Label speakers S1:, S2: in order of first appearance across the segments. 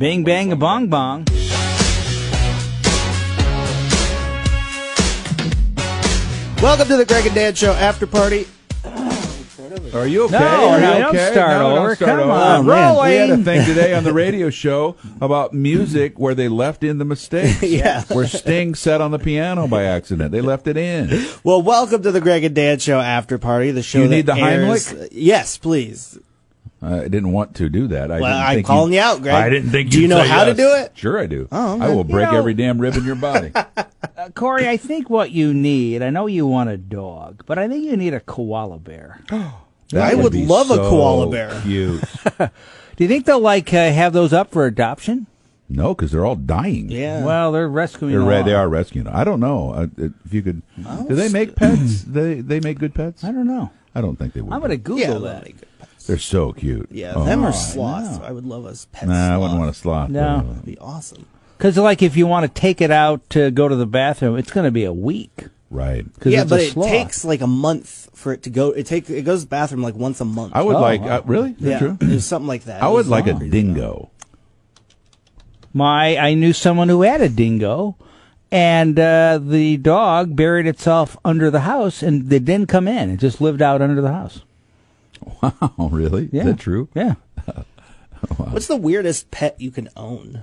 S1: Bing bang a bong bong.
S2: Welcome to the Greg and Dan Show After Party.
S3: Are you okay?
S1: No,
S3: Are you
S1: no, don't
S3: okay?
S1: start
S3: No,
S1: over.
S3: Don't start
S1: Come
S3: over.
S1: on,
S3: We had a
S1: rolling.
S3: thing today on the radio show about music where they left in the mistakes.
S2: Yeah.
S3: Where Sting sat on the piano by accident. They left it in.
S2: Well, welcome to the Greg and Dan Show After Party, the show
S3: You
S2: that
S3: need the
S2: airs- Yes, please.
S3: I didn't want to do that. I
S2: Well,
S3: didn't
S2: I'm
S3: think
S2: calling you out, Greg.
S3: I didn't think
S2: Do you
S3: you'd
S2: know
S3: say
S2: how to
S3: yes.
S2: do it?
S3: Sure, I do.
S2: Oh, okay.
S3: I will break
S1: You know-
S3: every damn rib in your body.
S1: Uh, Corey, I think what you need, I know you want a dog, but I think you need a koala bear. Do
S3: That
S2: I would
S3: be
S2: love a
S3: so
S2: koala bear.
S3: Cute.
S1: you think they'll like uh, have those up for adoption?
S3: No, because they're all dying.
S2: Yeah. uh,
S1: Well, they're rescuing.
S3: They're
S1: them
S3: red. They
S1: all.
S3: are rescuing. I don't know I, if you could. Do they make pets? they they make good pets.
S1: I don't know.
S3: I don't think they would.
S1: I'm gonna
S3: but
S1: Google
S2: yeah,
S1: that.
S2: that'd be good.
S3: They're so cute.
S2: Yeah,
S3: Oh,
S2: them
S3: I
S2: are sloths.
S3: know.
S2: I would love us pet
S3: Nah, I
S2: sloth.
S3: wouldn't want a sloth.
S1: No.
S3: but, uh,
S2: That'd be awesome.
S1: Because, like, if you want to take it out to go to the bathroom, it's going to be a week.
S3: Right.
S1: 'Cause
S2: yeah,
S1: it's
S2: but
S1: a
S2: it
S1: sloth.
S2: takes like a month for it to go. It take it goes to the bathroom like once a month.
S3: I would
S1: Oh,
S3: like.
S1: wow.
S3: Uh, really? Is that
S2: yeah,
S3: true?
S2: it was something like that.
S3: I
S2: It
S3: would
S2: was
S3: like a
S2: crazy.
S3: dingo.
S1: My, I knew someone who had a dingo, and uh, the dog buried itself under the house, and they didn't come in. It just lived out under the house.
S3: Oh, really?
S1: Yeah.
S3: Is that true?
S1: Yeah.
S2: What's the weirdest pet you can own? Um,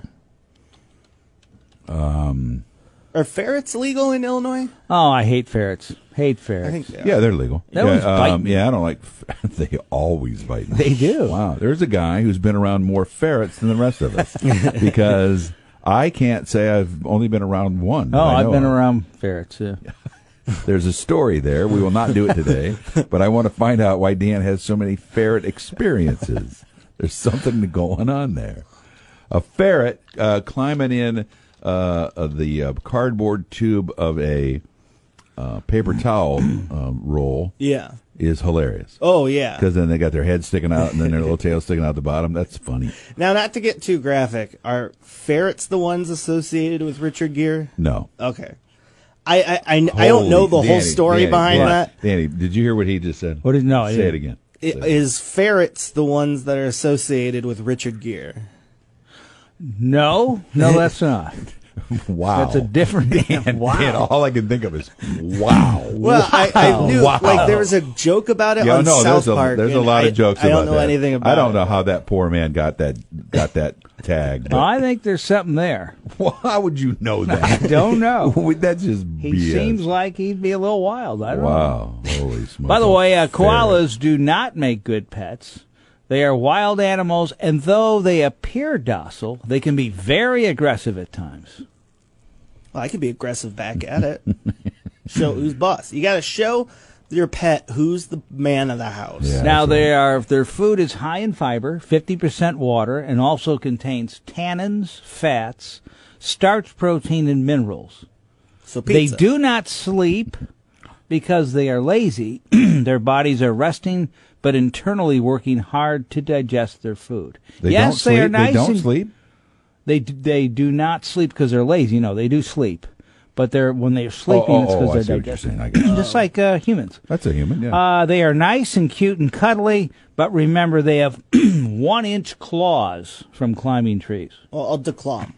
S3: Um,
S2: are ferrets legal in Illinois?
S1: Oh, I hate ferrets. Hate ferrets.
S2: I think they are.
S3: Yeah, they're legal.
S1: That
S3: yeah, um,
S1: one's biting.
S3: yeah, I don't like. They always bite. me.
S1: They do.
S3: Wow, there's a guy who's been around more ferrets than the rest of us because I can't say I've only been around one. that
S1: Oh,
S3: I
S1: I've
S3: know
S1: been
S3: of.
S1: around ferrets. Yeah.
S3: There's a story there. We will not do it today, but I want to find out why Dan has so many ferret experiences. There's something going on there. A ferret uh, climbing in uh, of the uh, cardboard tube of a uh, paper towel um, roll
S2: Yeah.
S3: is hilarious.
S2: Oh yeah.
S3: Because then they got their head sticking out and then their little tail sticking out the bottom. That's funny.
S2: Now, not to get too graphic, are ferrets the ones associated with Richard Gere?
S3: No.
S2: Okay. I I, I, I don't know the
S3: Holy-
S2: whole
S3: Danny,
S2: story
S3: Danny,
S2: behind
S3: Danny,
S2: that.
S3: Danny, did you hear what he just said?
S1: What did- no, I
S3: Say
S1: didn't.
S3: it again.
S2: I-
S3: Say
S2: Is
S3: it.
S2: ferrets the ones that are associated with Richard Gere?
S1: No, no, that's not.
S3: wow.
S1: That's a different
S3: and,
S1: damn. Wow.
S3: and all I can think of is wow.
S2: Well, I, I knew
S3: Wow.
S2: like there was a joke about it
S3: yeah,
S2: on
S3: no,
S2: South
S3: there's a,
S2: Park.
S3: there's a
S2: and
S3: lot
S2: I-
S3: of jokes.
S2: I don't
S3: about
S2: know
S3: that.
S2: anything about.
S3: I don't know
S2: it.
S3: how that poor man got that got that tag. But
S1: I think there's something there.
S3: how would you know that?
S1: Don't know.
S3: That's just
S1: He
S3: BS.
S1: seems like he'd be a little wild. I don't know.
S3: wow. Holy smokes!
S1: By the way, uh,
S3: Fair.
S1: koalas do not make good pets. They are wild animals, and though they appear docile, they can be very aggressive at times.
S2: Well, I could be aggressive back at it. show who's boss. You got to show your pet who's the man of the house.
S3: Yeah.
S1: now
S3: that's right.
S1: they are their food is high in fiber, 50% water, and also contains tannins, fats, starch protein and minerals.
S2: So
S1: They
S2: pizza.
S1: do not sleep because they are lazy. their bodies are resting but internally working hard to digest their food.
S3: They
S1: yes,
S3: don't sleep.
S1: they are nice
S3: They don't
S1: and
S3: sleep.
S1: They d- they do not sleep because they're lazy. No, they do sleep, but they're when they're sleeping,
S3: oh,
S1: it's
S3: oh, I
S1: because
S3: see
S1: they're
S3: what you're saying. I
S1: digesting.
S3: get it.
S1: Just like uh, humans,
S3: That's a human. Yeah.
S1: uh, they are nice and cute and cuddly, but remember they have one-inch claws from climbing trees.
S2: Well, I'll declaw.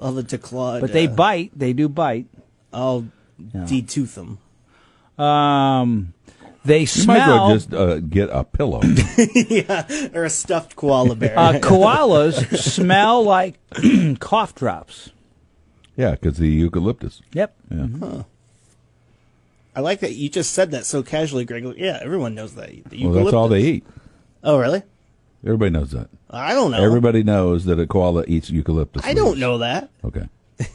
S2: I'll have a declaw.
S1: But they
S2: uh,
S1: bite. They do bite.
S2: I'll detooth them.
S1: Um, they
S3: you might as well
S1: smell.
S3: just uh, get a pillow.
S2: Or a stuffed koala bear.
S1: uh, koalas smell like cough drops.
S3: yeah, because the eucalyptus.
S1: Yep.
S3: Yeah.
S2: I like that you just said that so casually, Greg. Yeah, everyone knows that. The
S3: Well, that's all
S2: eucalyptus.
S3: they eat.
S2: Oh, really?
S3: Everybody knows that.
S2: I don't know.
S3: Everybody knows that a koala eats eucalyptus.
S2: I don't
S3: leaves.
S2: know that.
S3: Okay.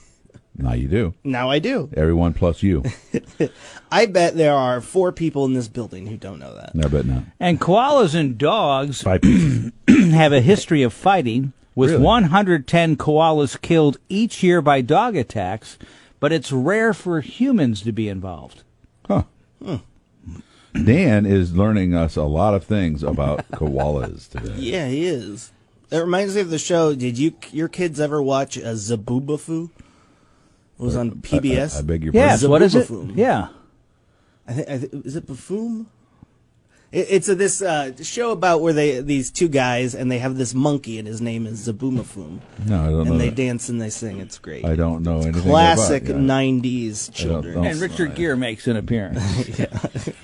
S3: now you do.
S2: Now I do.
S3: Everyone plus you.
S2: I bet there are four people in this building who don't know that.
S3: No, but not.
S1: And koalas and dogs
S3: Five pieces.
S1: have a history of fighting, with
S3: Really?
S1: 110 koalas killed each year by dog attacks, but it's rare for humans to be involved.
S3: Huh.
S2: Hmm.
S3: Dan is learning us a lot of things about koalas today.
S2: Yeah, he is. It reminds me of the show. Did you your kids ever watch a Zaboobafu? It was on PBS.
S3: I, I beg your
S1: Yes,
S3: pardon.
S1: what is it?
S2: Zabubafoom.
S1: Yeah.
S2: I think I thi- is it Bafoom? It, it's a, this uh, show about where they these two guys and they have this monkey and his name is Zaboomafum.
S3: No, I don't know
S2: And they
S3: that.
S2: dance and they sing. It's great.
S3: I don't know anything.
S2: Classic
S3: about, yeah.
S2: '90s children.
S3: know.
S1: And Richard Gere makes an appearance.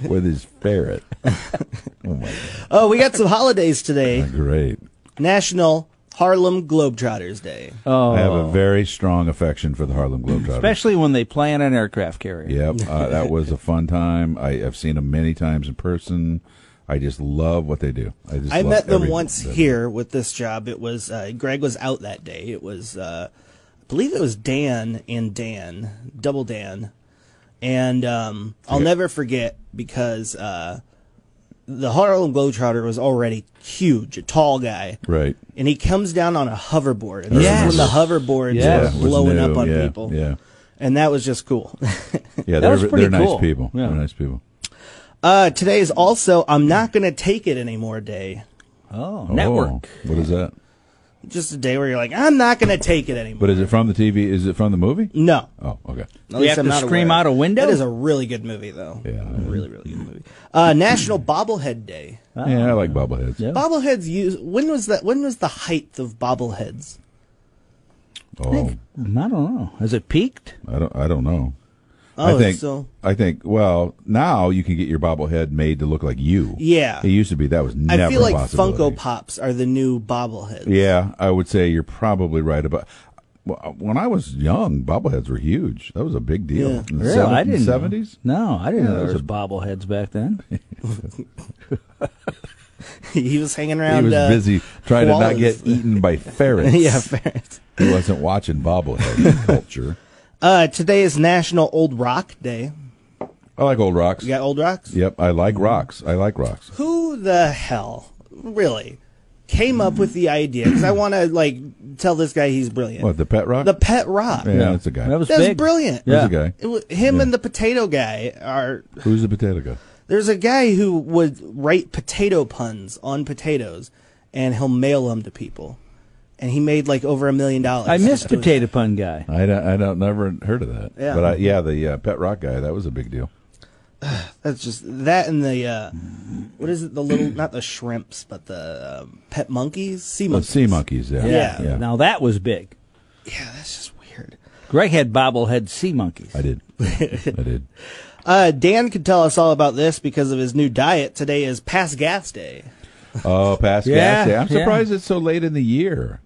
S3: with his ferret. oh my god!
S2: Oh, we got some holidays today.
S3: Great.
S2: National Harlem Globetrotters Day.
S1: Oh,
S3: I have a very strong affection for the Harlem Globetrotters.
S1: especially when they plan an aircraft carrier.
S3: Yep, uh, that was a fun time. I, I've seen them many times in person. I just love what they do. I, just
S2: I
S3: love
S2: met them
S3: everything
S2: once
S3: that-
S2: here with this job. It was uh, Greg was out that day. It was uh, I believe it was Dan and Dan, double Dan, and um, I'll never forget because uh, the Harlem Globetrotter was already huge, a tall guy,
S3: Right.
S2: and he comes down on a hoverboard. And this
S1: Yes.
S2: is when the hoverboards
S1: Yeah.
S2: were
S1: Yeah,
S3: it was
S2: blowing
S3: new,
S2: up on
S3: yeah,
S2: people.
S3: Yeah,
S2: And that was just cool.
S3: yeah.
S1: That
S3: They're
S1: was pretty
S3: they're
S1: cool.
S3: nice people.
S1: Yeah.
S3: They're nice people.
S2: uh, today is also I'm not going to take it anymore day.
S1: Oh,
S3: Oh,
S1: network.
S3: What is that?
S2: Just a day where you're like, I'm not going to take it anymore.
S3: But is it from the TV? Is it from the movie?
S2: no.
S3: Oh, okay.
S2: At
S1: You
S2: least
S1: have
S2: I'm
S1: to
S2: not
S1: scream
S2: aware.
S1: out a window?
S2: That is a really good movie, though.
S3: Yeah.
S2: really, really good movie. Uh, National Bobblehead Day.
S3: Yeah, I like bobbleheads.
S1: Yeah.
S2: Bobbleheads use. When was that? When was the height of bobbleheads?
S3: Oh,
S1: I don't know. Has it peaked?
S3: I don't. I don't know.
S2: Oh,
S3: I think.
S2: so-
S3: I think. Well, now you can get your bobblehead made to look like you.
S2: Yeah.
S3: It used to be that was never.
S2: I feel like
S3: a possibility.
S2: Funko Pops are the new bobbleheads.
S3: Yeah, I would say you're probably right about. well, When I was young, bobbleheads were huge. That was a big deal.
S2: Yeah.
S3: In the
S1: Really?
S3: seven-
S1: I didn't. know.
S3: Seventies.
S1: No, I didn't
S3: Yeah,
S1: know there
S3: there's
S1: was
S3: a-
S1: bobbleheads back then.
S2: he was hanging
S3: He
S2: around.
S3: was
S2: uh,
S3: busy trying to not
S2: koalas.
S3: get eaten by ferrets.
S2: yeah, fair.
S3: he wasn't watching bobblehead culture.
S2: Uh, today is National Old Rock Day.
S3: I like old rocks.
S2: You got old rocks?
S3: Yep, I like rocks. I like rocks.
S2: Who the hell, really, came up with the idea? Because I want to like tell this guy he's brilliant.
S3: What the pet rock?
S2: The pet rock.
S3: yeah, that's a guy.
S1: That was
S2: That's
S1: big.
S2: brilliant.
S1: Yeah.
S3: That's a guy.
S2: It wa- him and the potato guy are.
S3: Who's the potato guy?
S2: There's a guy who would write potato puns on potatoes, and he'll mail them to people, and he made like over a million dollars.
S1: I missed
S2: It was-
S1: Potato Pun Guy.
S3: I don't, I don't never heard of that.
S2: Yeah.
S3: But I, yeah, the uh, pet rock guy. That was a big deal.
S2: That's just that and the uh, what is it? The little not the shrimps, but the um, pet monkeys, sea
S3: The
S2: monkeys.
S3: Oh, sea monkeys. Yeah.
S2: Yeah.
S1: Now that was big.
S2: Yeah, that's just weird.
S1: Greg had bobblehead sea monkeys.
S3: I did. I did.
S2: Uh, Dan could tell us all about this because of his new diet. Today is Pass Gas Day.
S3: Oh, Pass
S1: Yeah,
S3: Gas Day. I'm
S1: yeah.
S3: surprised it's so late in the year.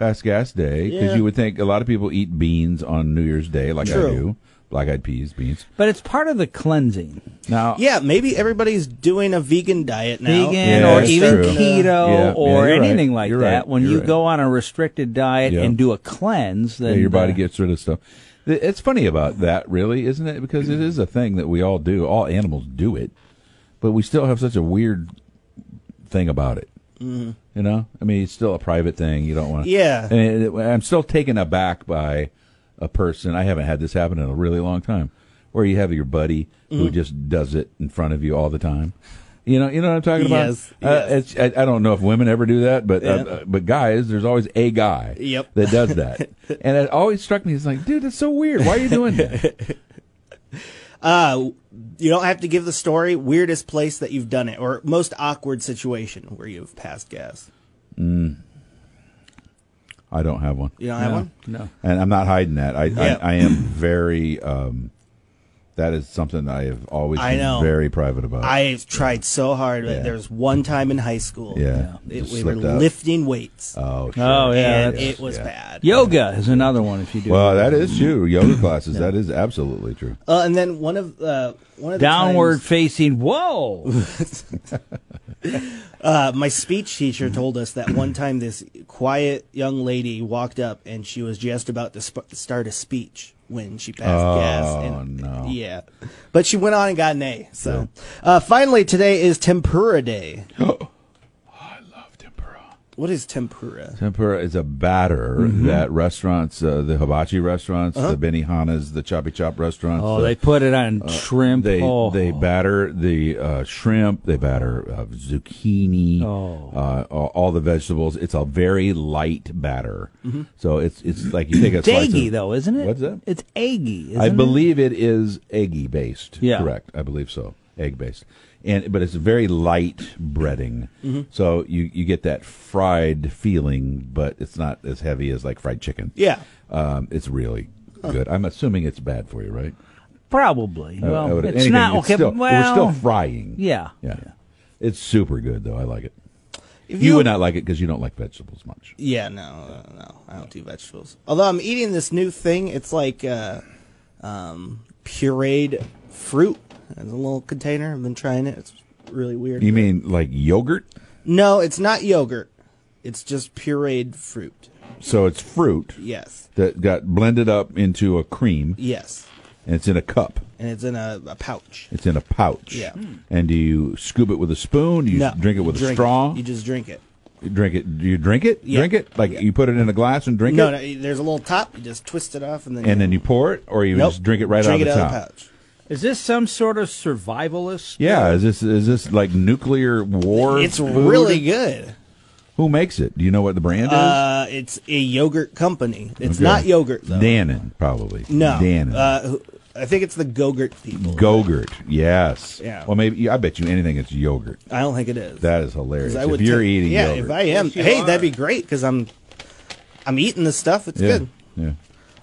S3: Pass Gas Day, because
S2: Hmm. Yeah.
S3: you would think a lot of people eat beans on New Year's Day, like I
S2: True.
S3: do. Black eyed peas, beans.
S1: But it's part of the cleansing.
S3: Now,
S2: Yeah, maybe everybody's doing a vegan diet now.
S1: Vegan
S3: Yeah,
S1: or
S3: that's
S1: even
S3: true.
S1: keto
S3: Yeah,
S1: or
S3: yeah, you're
S1: anything
S3: right.
S1: like
S3: You're
S1: that.
S3: right.
S1: When
S3: You're
S1: you
S3: right.
S1: go on a restricted diet
S3: Yeah.
S1: and do a cleanse, then
S3: yeah, your body
S1: uh,
S3: gets rid of stuff. Th- It's funny about that, really, isn't it? Because it is a thing that we all do. All animals do it, but we still have such a weird thing about it. You know, I mean, it's still a private thing. You don't want to.
S2: Mm-hmm. Yeah.
S3: And it- I'm still taken aback by a person. I haven't had this happen in a really long time, where you have your buddy
S2: Mm-hmm.
S3: who just does it in front of you all the time. You know, you know what I'm talking about.
S2: Yes,
S3: Uh, it's, I, I don't know if women ever do that, but uh,
S2: Yeah.
S3: uh, but guys, there's always a guy
S2: Yep.
S3: that does that. and it always struck me as like, dude, that's so weird. Why are you doing that?
S2: Uh, you don't have to give the story weirdest place that you've done it or most awkward situation where you've passed gas.
S3: I don't have one.
S2: You don't have one?
S1: No.
S3: And I'm not hiding that. I,
S2: Yeah.
S3: I, I am very, um, that is something I have always
S2: I
S3: been
S2: know.
S3: very private about.
S2: I've tried so hard. but
S3: Yeah.
S2: There was one time in high school.
S3: Yeah.
S2: It,
S3: Just
S2: we were
S3: slipped up.
S2: lifting weights.
S3: oh, sure.
S1: Oh, yeah.
S2: and
S1: that's-
S2: it was
S3: yeah.
S2: bad.
S1: Yoga is another one if you do.
S3: Well, that is true. Yoga classes, that is absolutely true.
S2: Uh, and then one of uh, one of the
S1: Downward
S2: times,
S1: facing. Whoa.
S2: uh, my speech teacher told us that one time this quiet young lady walked up and she was just about to sp- start a speech when she passed
S3: Oh,
S2: gas. And,
S3: no.
S2: Yeah, but she went on and got an A. So uh, finally, today is Tempura Day.
S3: Love tempura.
S2: What is tempura?
S3: Tempura is a batter
S2: Mm-hmm.
S3: that restaurants, uh, the hibachi restaurants,
S2: Uh-huh.
S3: the Benihanas, the Choppy Chop restaurants.
S1: Oh,
S3: the-
S1: they put it on shrimp.
S3: Uh, They
S1: oh.
S3: they batter the uh, shrimp. They batter uh, zucchini.
S1: Oh.
S3: Uh, all, all the vegetables. It's a very light batter. So it's it's like you take a
S1: It's
S3: slice
S1: eggy,
S3: of-
S1: Mm-hmm. though, isn't it?
S3: What's that?
S1: It's eggy. Isn't
S3: I
S1: it?
S3: believe it is eggy based.
S1: Yeah.
S3: Correct. I believe so. egg based, and but it's very light breading,
S1: Mm-hmm.
S3: so you you get that fried feeling, but it's not as heavy as like fried chicken.
S2: Yeah.
S3: um, it's really good. I'm assuming it's bad for you, right?
S1: Probably.
S3: I- I
S1: well,
S3: would-
S1: it's
S3: anything,
S1: not.
S3: it's
S1: okay,
S3: still-
S1: well,
S3: we're still frying.
S1: yeah.
S3: yeah, it's super good though. I like it.
S2: If
S3: You would not like it because you don't like vegetables much.
S2: Yeah, no, no, no, I don't do vegetables. Although I'm eating this new thing, it's like uh, um, pureed fruit. It's a little container. I've been trying it. It's really weird.
S3: You mean like yogurt?
S2: no, it's not yogurt. It's just pureed fruit.
S3: So it's fruit
S2: Yes,
S3: that got blended up into a cream,
S2: yes,
S3: and it's in a cup.
S2: and it's in a, a pouch.
S3: It's in a pouch. Mm.
S2: Yeah.
S3: And do you scoop it with a spoon? Do you
S2: no,
S3: drink it with a straw?
S2: You just drink it.
S3: drink it. Do you drink it?
S2: Yeah.
S3: Drink it? Like you put it in a glass and drink
S2: No,
S3: it?
S2: no, there's a little top. You just twist it off, and then
S3: And then you pour it, or you
S2: nope,
S3: just drink it right out of
S2: it
S3: the top.
S2: pouch.
S1: Is this some sort of survivalist?
S3: Yeah, is this is this like nuclear war?
S2: It's
S3: food?
S2: really good.
S3: Who makes it? Do you know what the brand is?
S2: Uh, it's a yogurt company. It's
S3: Okay.
S2: not yogurt though.
S3: Dannon, probably.
S2: No.
S3: Dannon.
S2: Uh, who- I think it's the Gogurt people.
S3: Gogurt. Yes.
S2: Yeah.
S3: Well, maybe I bet you anything it's yogurt.
S2: I don't think it is.
S3: That is hilarious.
S2: 'Cause I
S3: If
S2: would
S3: you're
S2: take-
S3: eating
S2: yeah,
S3: yogurt.
S2: if I am,
S1: Yes, you
S2: hey,
S1: are.
S2: that'd be great because I'm, I'm eating this stuff. It's
S3: yeah.
S2: good.
S3: Yeah.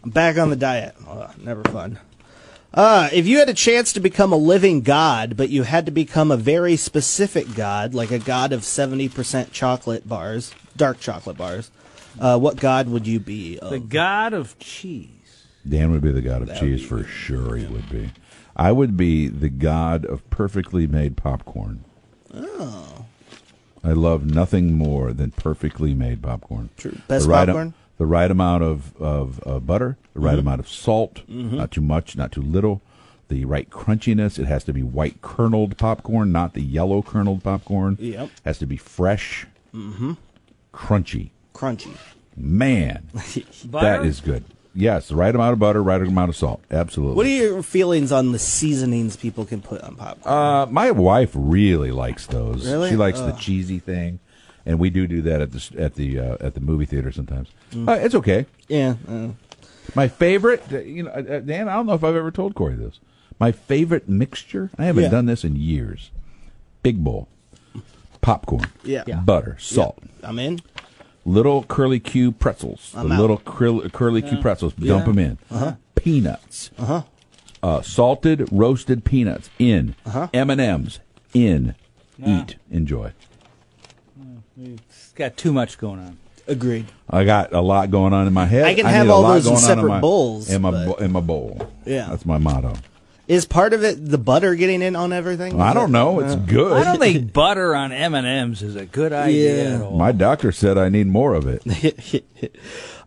S2: I'm back on the diet. Ugh, never fun. Uh, if you had a chance to become a living god, but you had to become a very specific god, like a god of seventy percent chocolate bars, dark chocolate bars, uh, what god would you be? Uh, Of?
S1: The god of cheese.
S3: Dan would be the god of cheese for sure. He would be. I would be the god of perfectly made popcorn. Oh. I love nothing more than perfectly made popcorn.
S2: True. Best
S3: the right
S2: popcorn?
S3: the right amount of of uh, butter, the right amount of salt, not too much, not too little. The right crunchiness. It has to be white kerneled popcorn, not the yellow kerneled popcorn.
S2: Yep.
S3: Has to be fresh, mm-hmm. crunchy.
S2: Crunchy.
S3: Man,
S1: Butter?
S3: that is good. Yes, the right amount of butter, right amount of salt. Absolutely.
S2: What are your feelings on the seasonings people can put on popcorn?
S3: Uh, my wife really likes those.
S2: Really?
S3: She likes the
S2: Ugh.
S3: cheesy thing, and we do do that at the s- at the uh, at the movie theater sometimes.
S2: Mm.
S3: Uh, it's okay.
S2: yeah. Uh,
S3: My favorite, uh, you know, uh, uh, Dan. I don't know if I've ever told Corey this. My favorite mixture. I haven't
S2: Yeah.
S3: done this in years. Big bowl, popcorn,
S2: Yeah. Yeah.
S3: butter, salt,
S2: I'm in.
S3: little curly Q pretzels,
S2: I'm out.
S3: the
S2: Uh-huh.
S3: little curly, curly Q pretzels. Dump them in. Peanuts. Uh-huh. salted roasted peanuts in. Uh-huh. M and M's in. Eat. Enjoy.
S1: It's got too much going on.
S2: Agreed.
S3: I got a lot going on in my head.
S2: I can
S3: need
S2: have
S3: a
S2: all
S3: lot
S2: those in
S3: going on
S2: separate
S3: my,
S2: bowls,
S3: In my
S2: but-
S3: bo- in my bowl.
S2: Yeah.
S3: that's my motto.
S2: Is part of it the butter getting in on everything?
S3: I
S2: Is
S3: don't
S2: it-
S3: know. It's good.
S1: I don't think butter on M and M's is a good idea
S2: Yeah.
S1: at all.
S3: my doctor said I need more of it.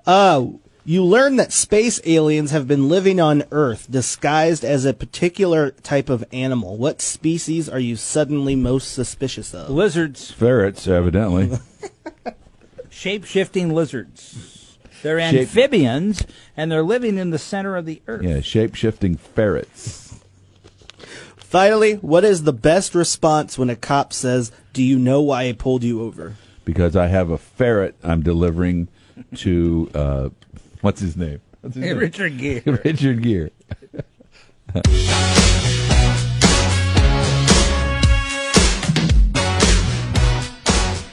S2: Uh, you learn that space aliens have been living on Earth disguised as a particular type of animal. What species are you suddenly most suspicious of?
S1: Lizards,
S3: Ferrets, evidently.
S1: shape shifting lizards. They're
S3: Shape-
S1: amphibians and they're living in the center of the earth.
S3: yeah, shape shifting ferrets.
S2: Finally, what is the best response when a cop says, Do you know why I pulled you over?
S3: Because I have a ferret I'm delivering to uh, what's his name? What's his
S1: Hey,
S3: name?
S1: Richard Gere.
S3: Richard Gere.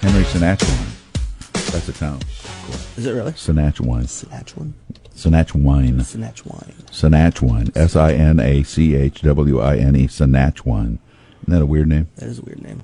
S3: Henry Sinatra. That's a town. Cool.
S2: Is it really?
S3: Sinatchewine.
S2: Sinatchuan?
S3: Sinatchewine.
S2: Sinatchuan.
S3: Sinatchewine. S I N A C H W I N E. Sinatchewine. Isn't that a weird name?
S2: That is a weird name.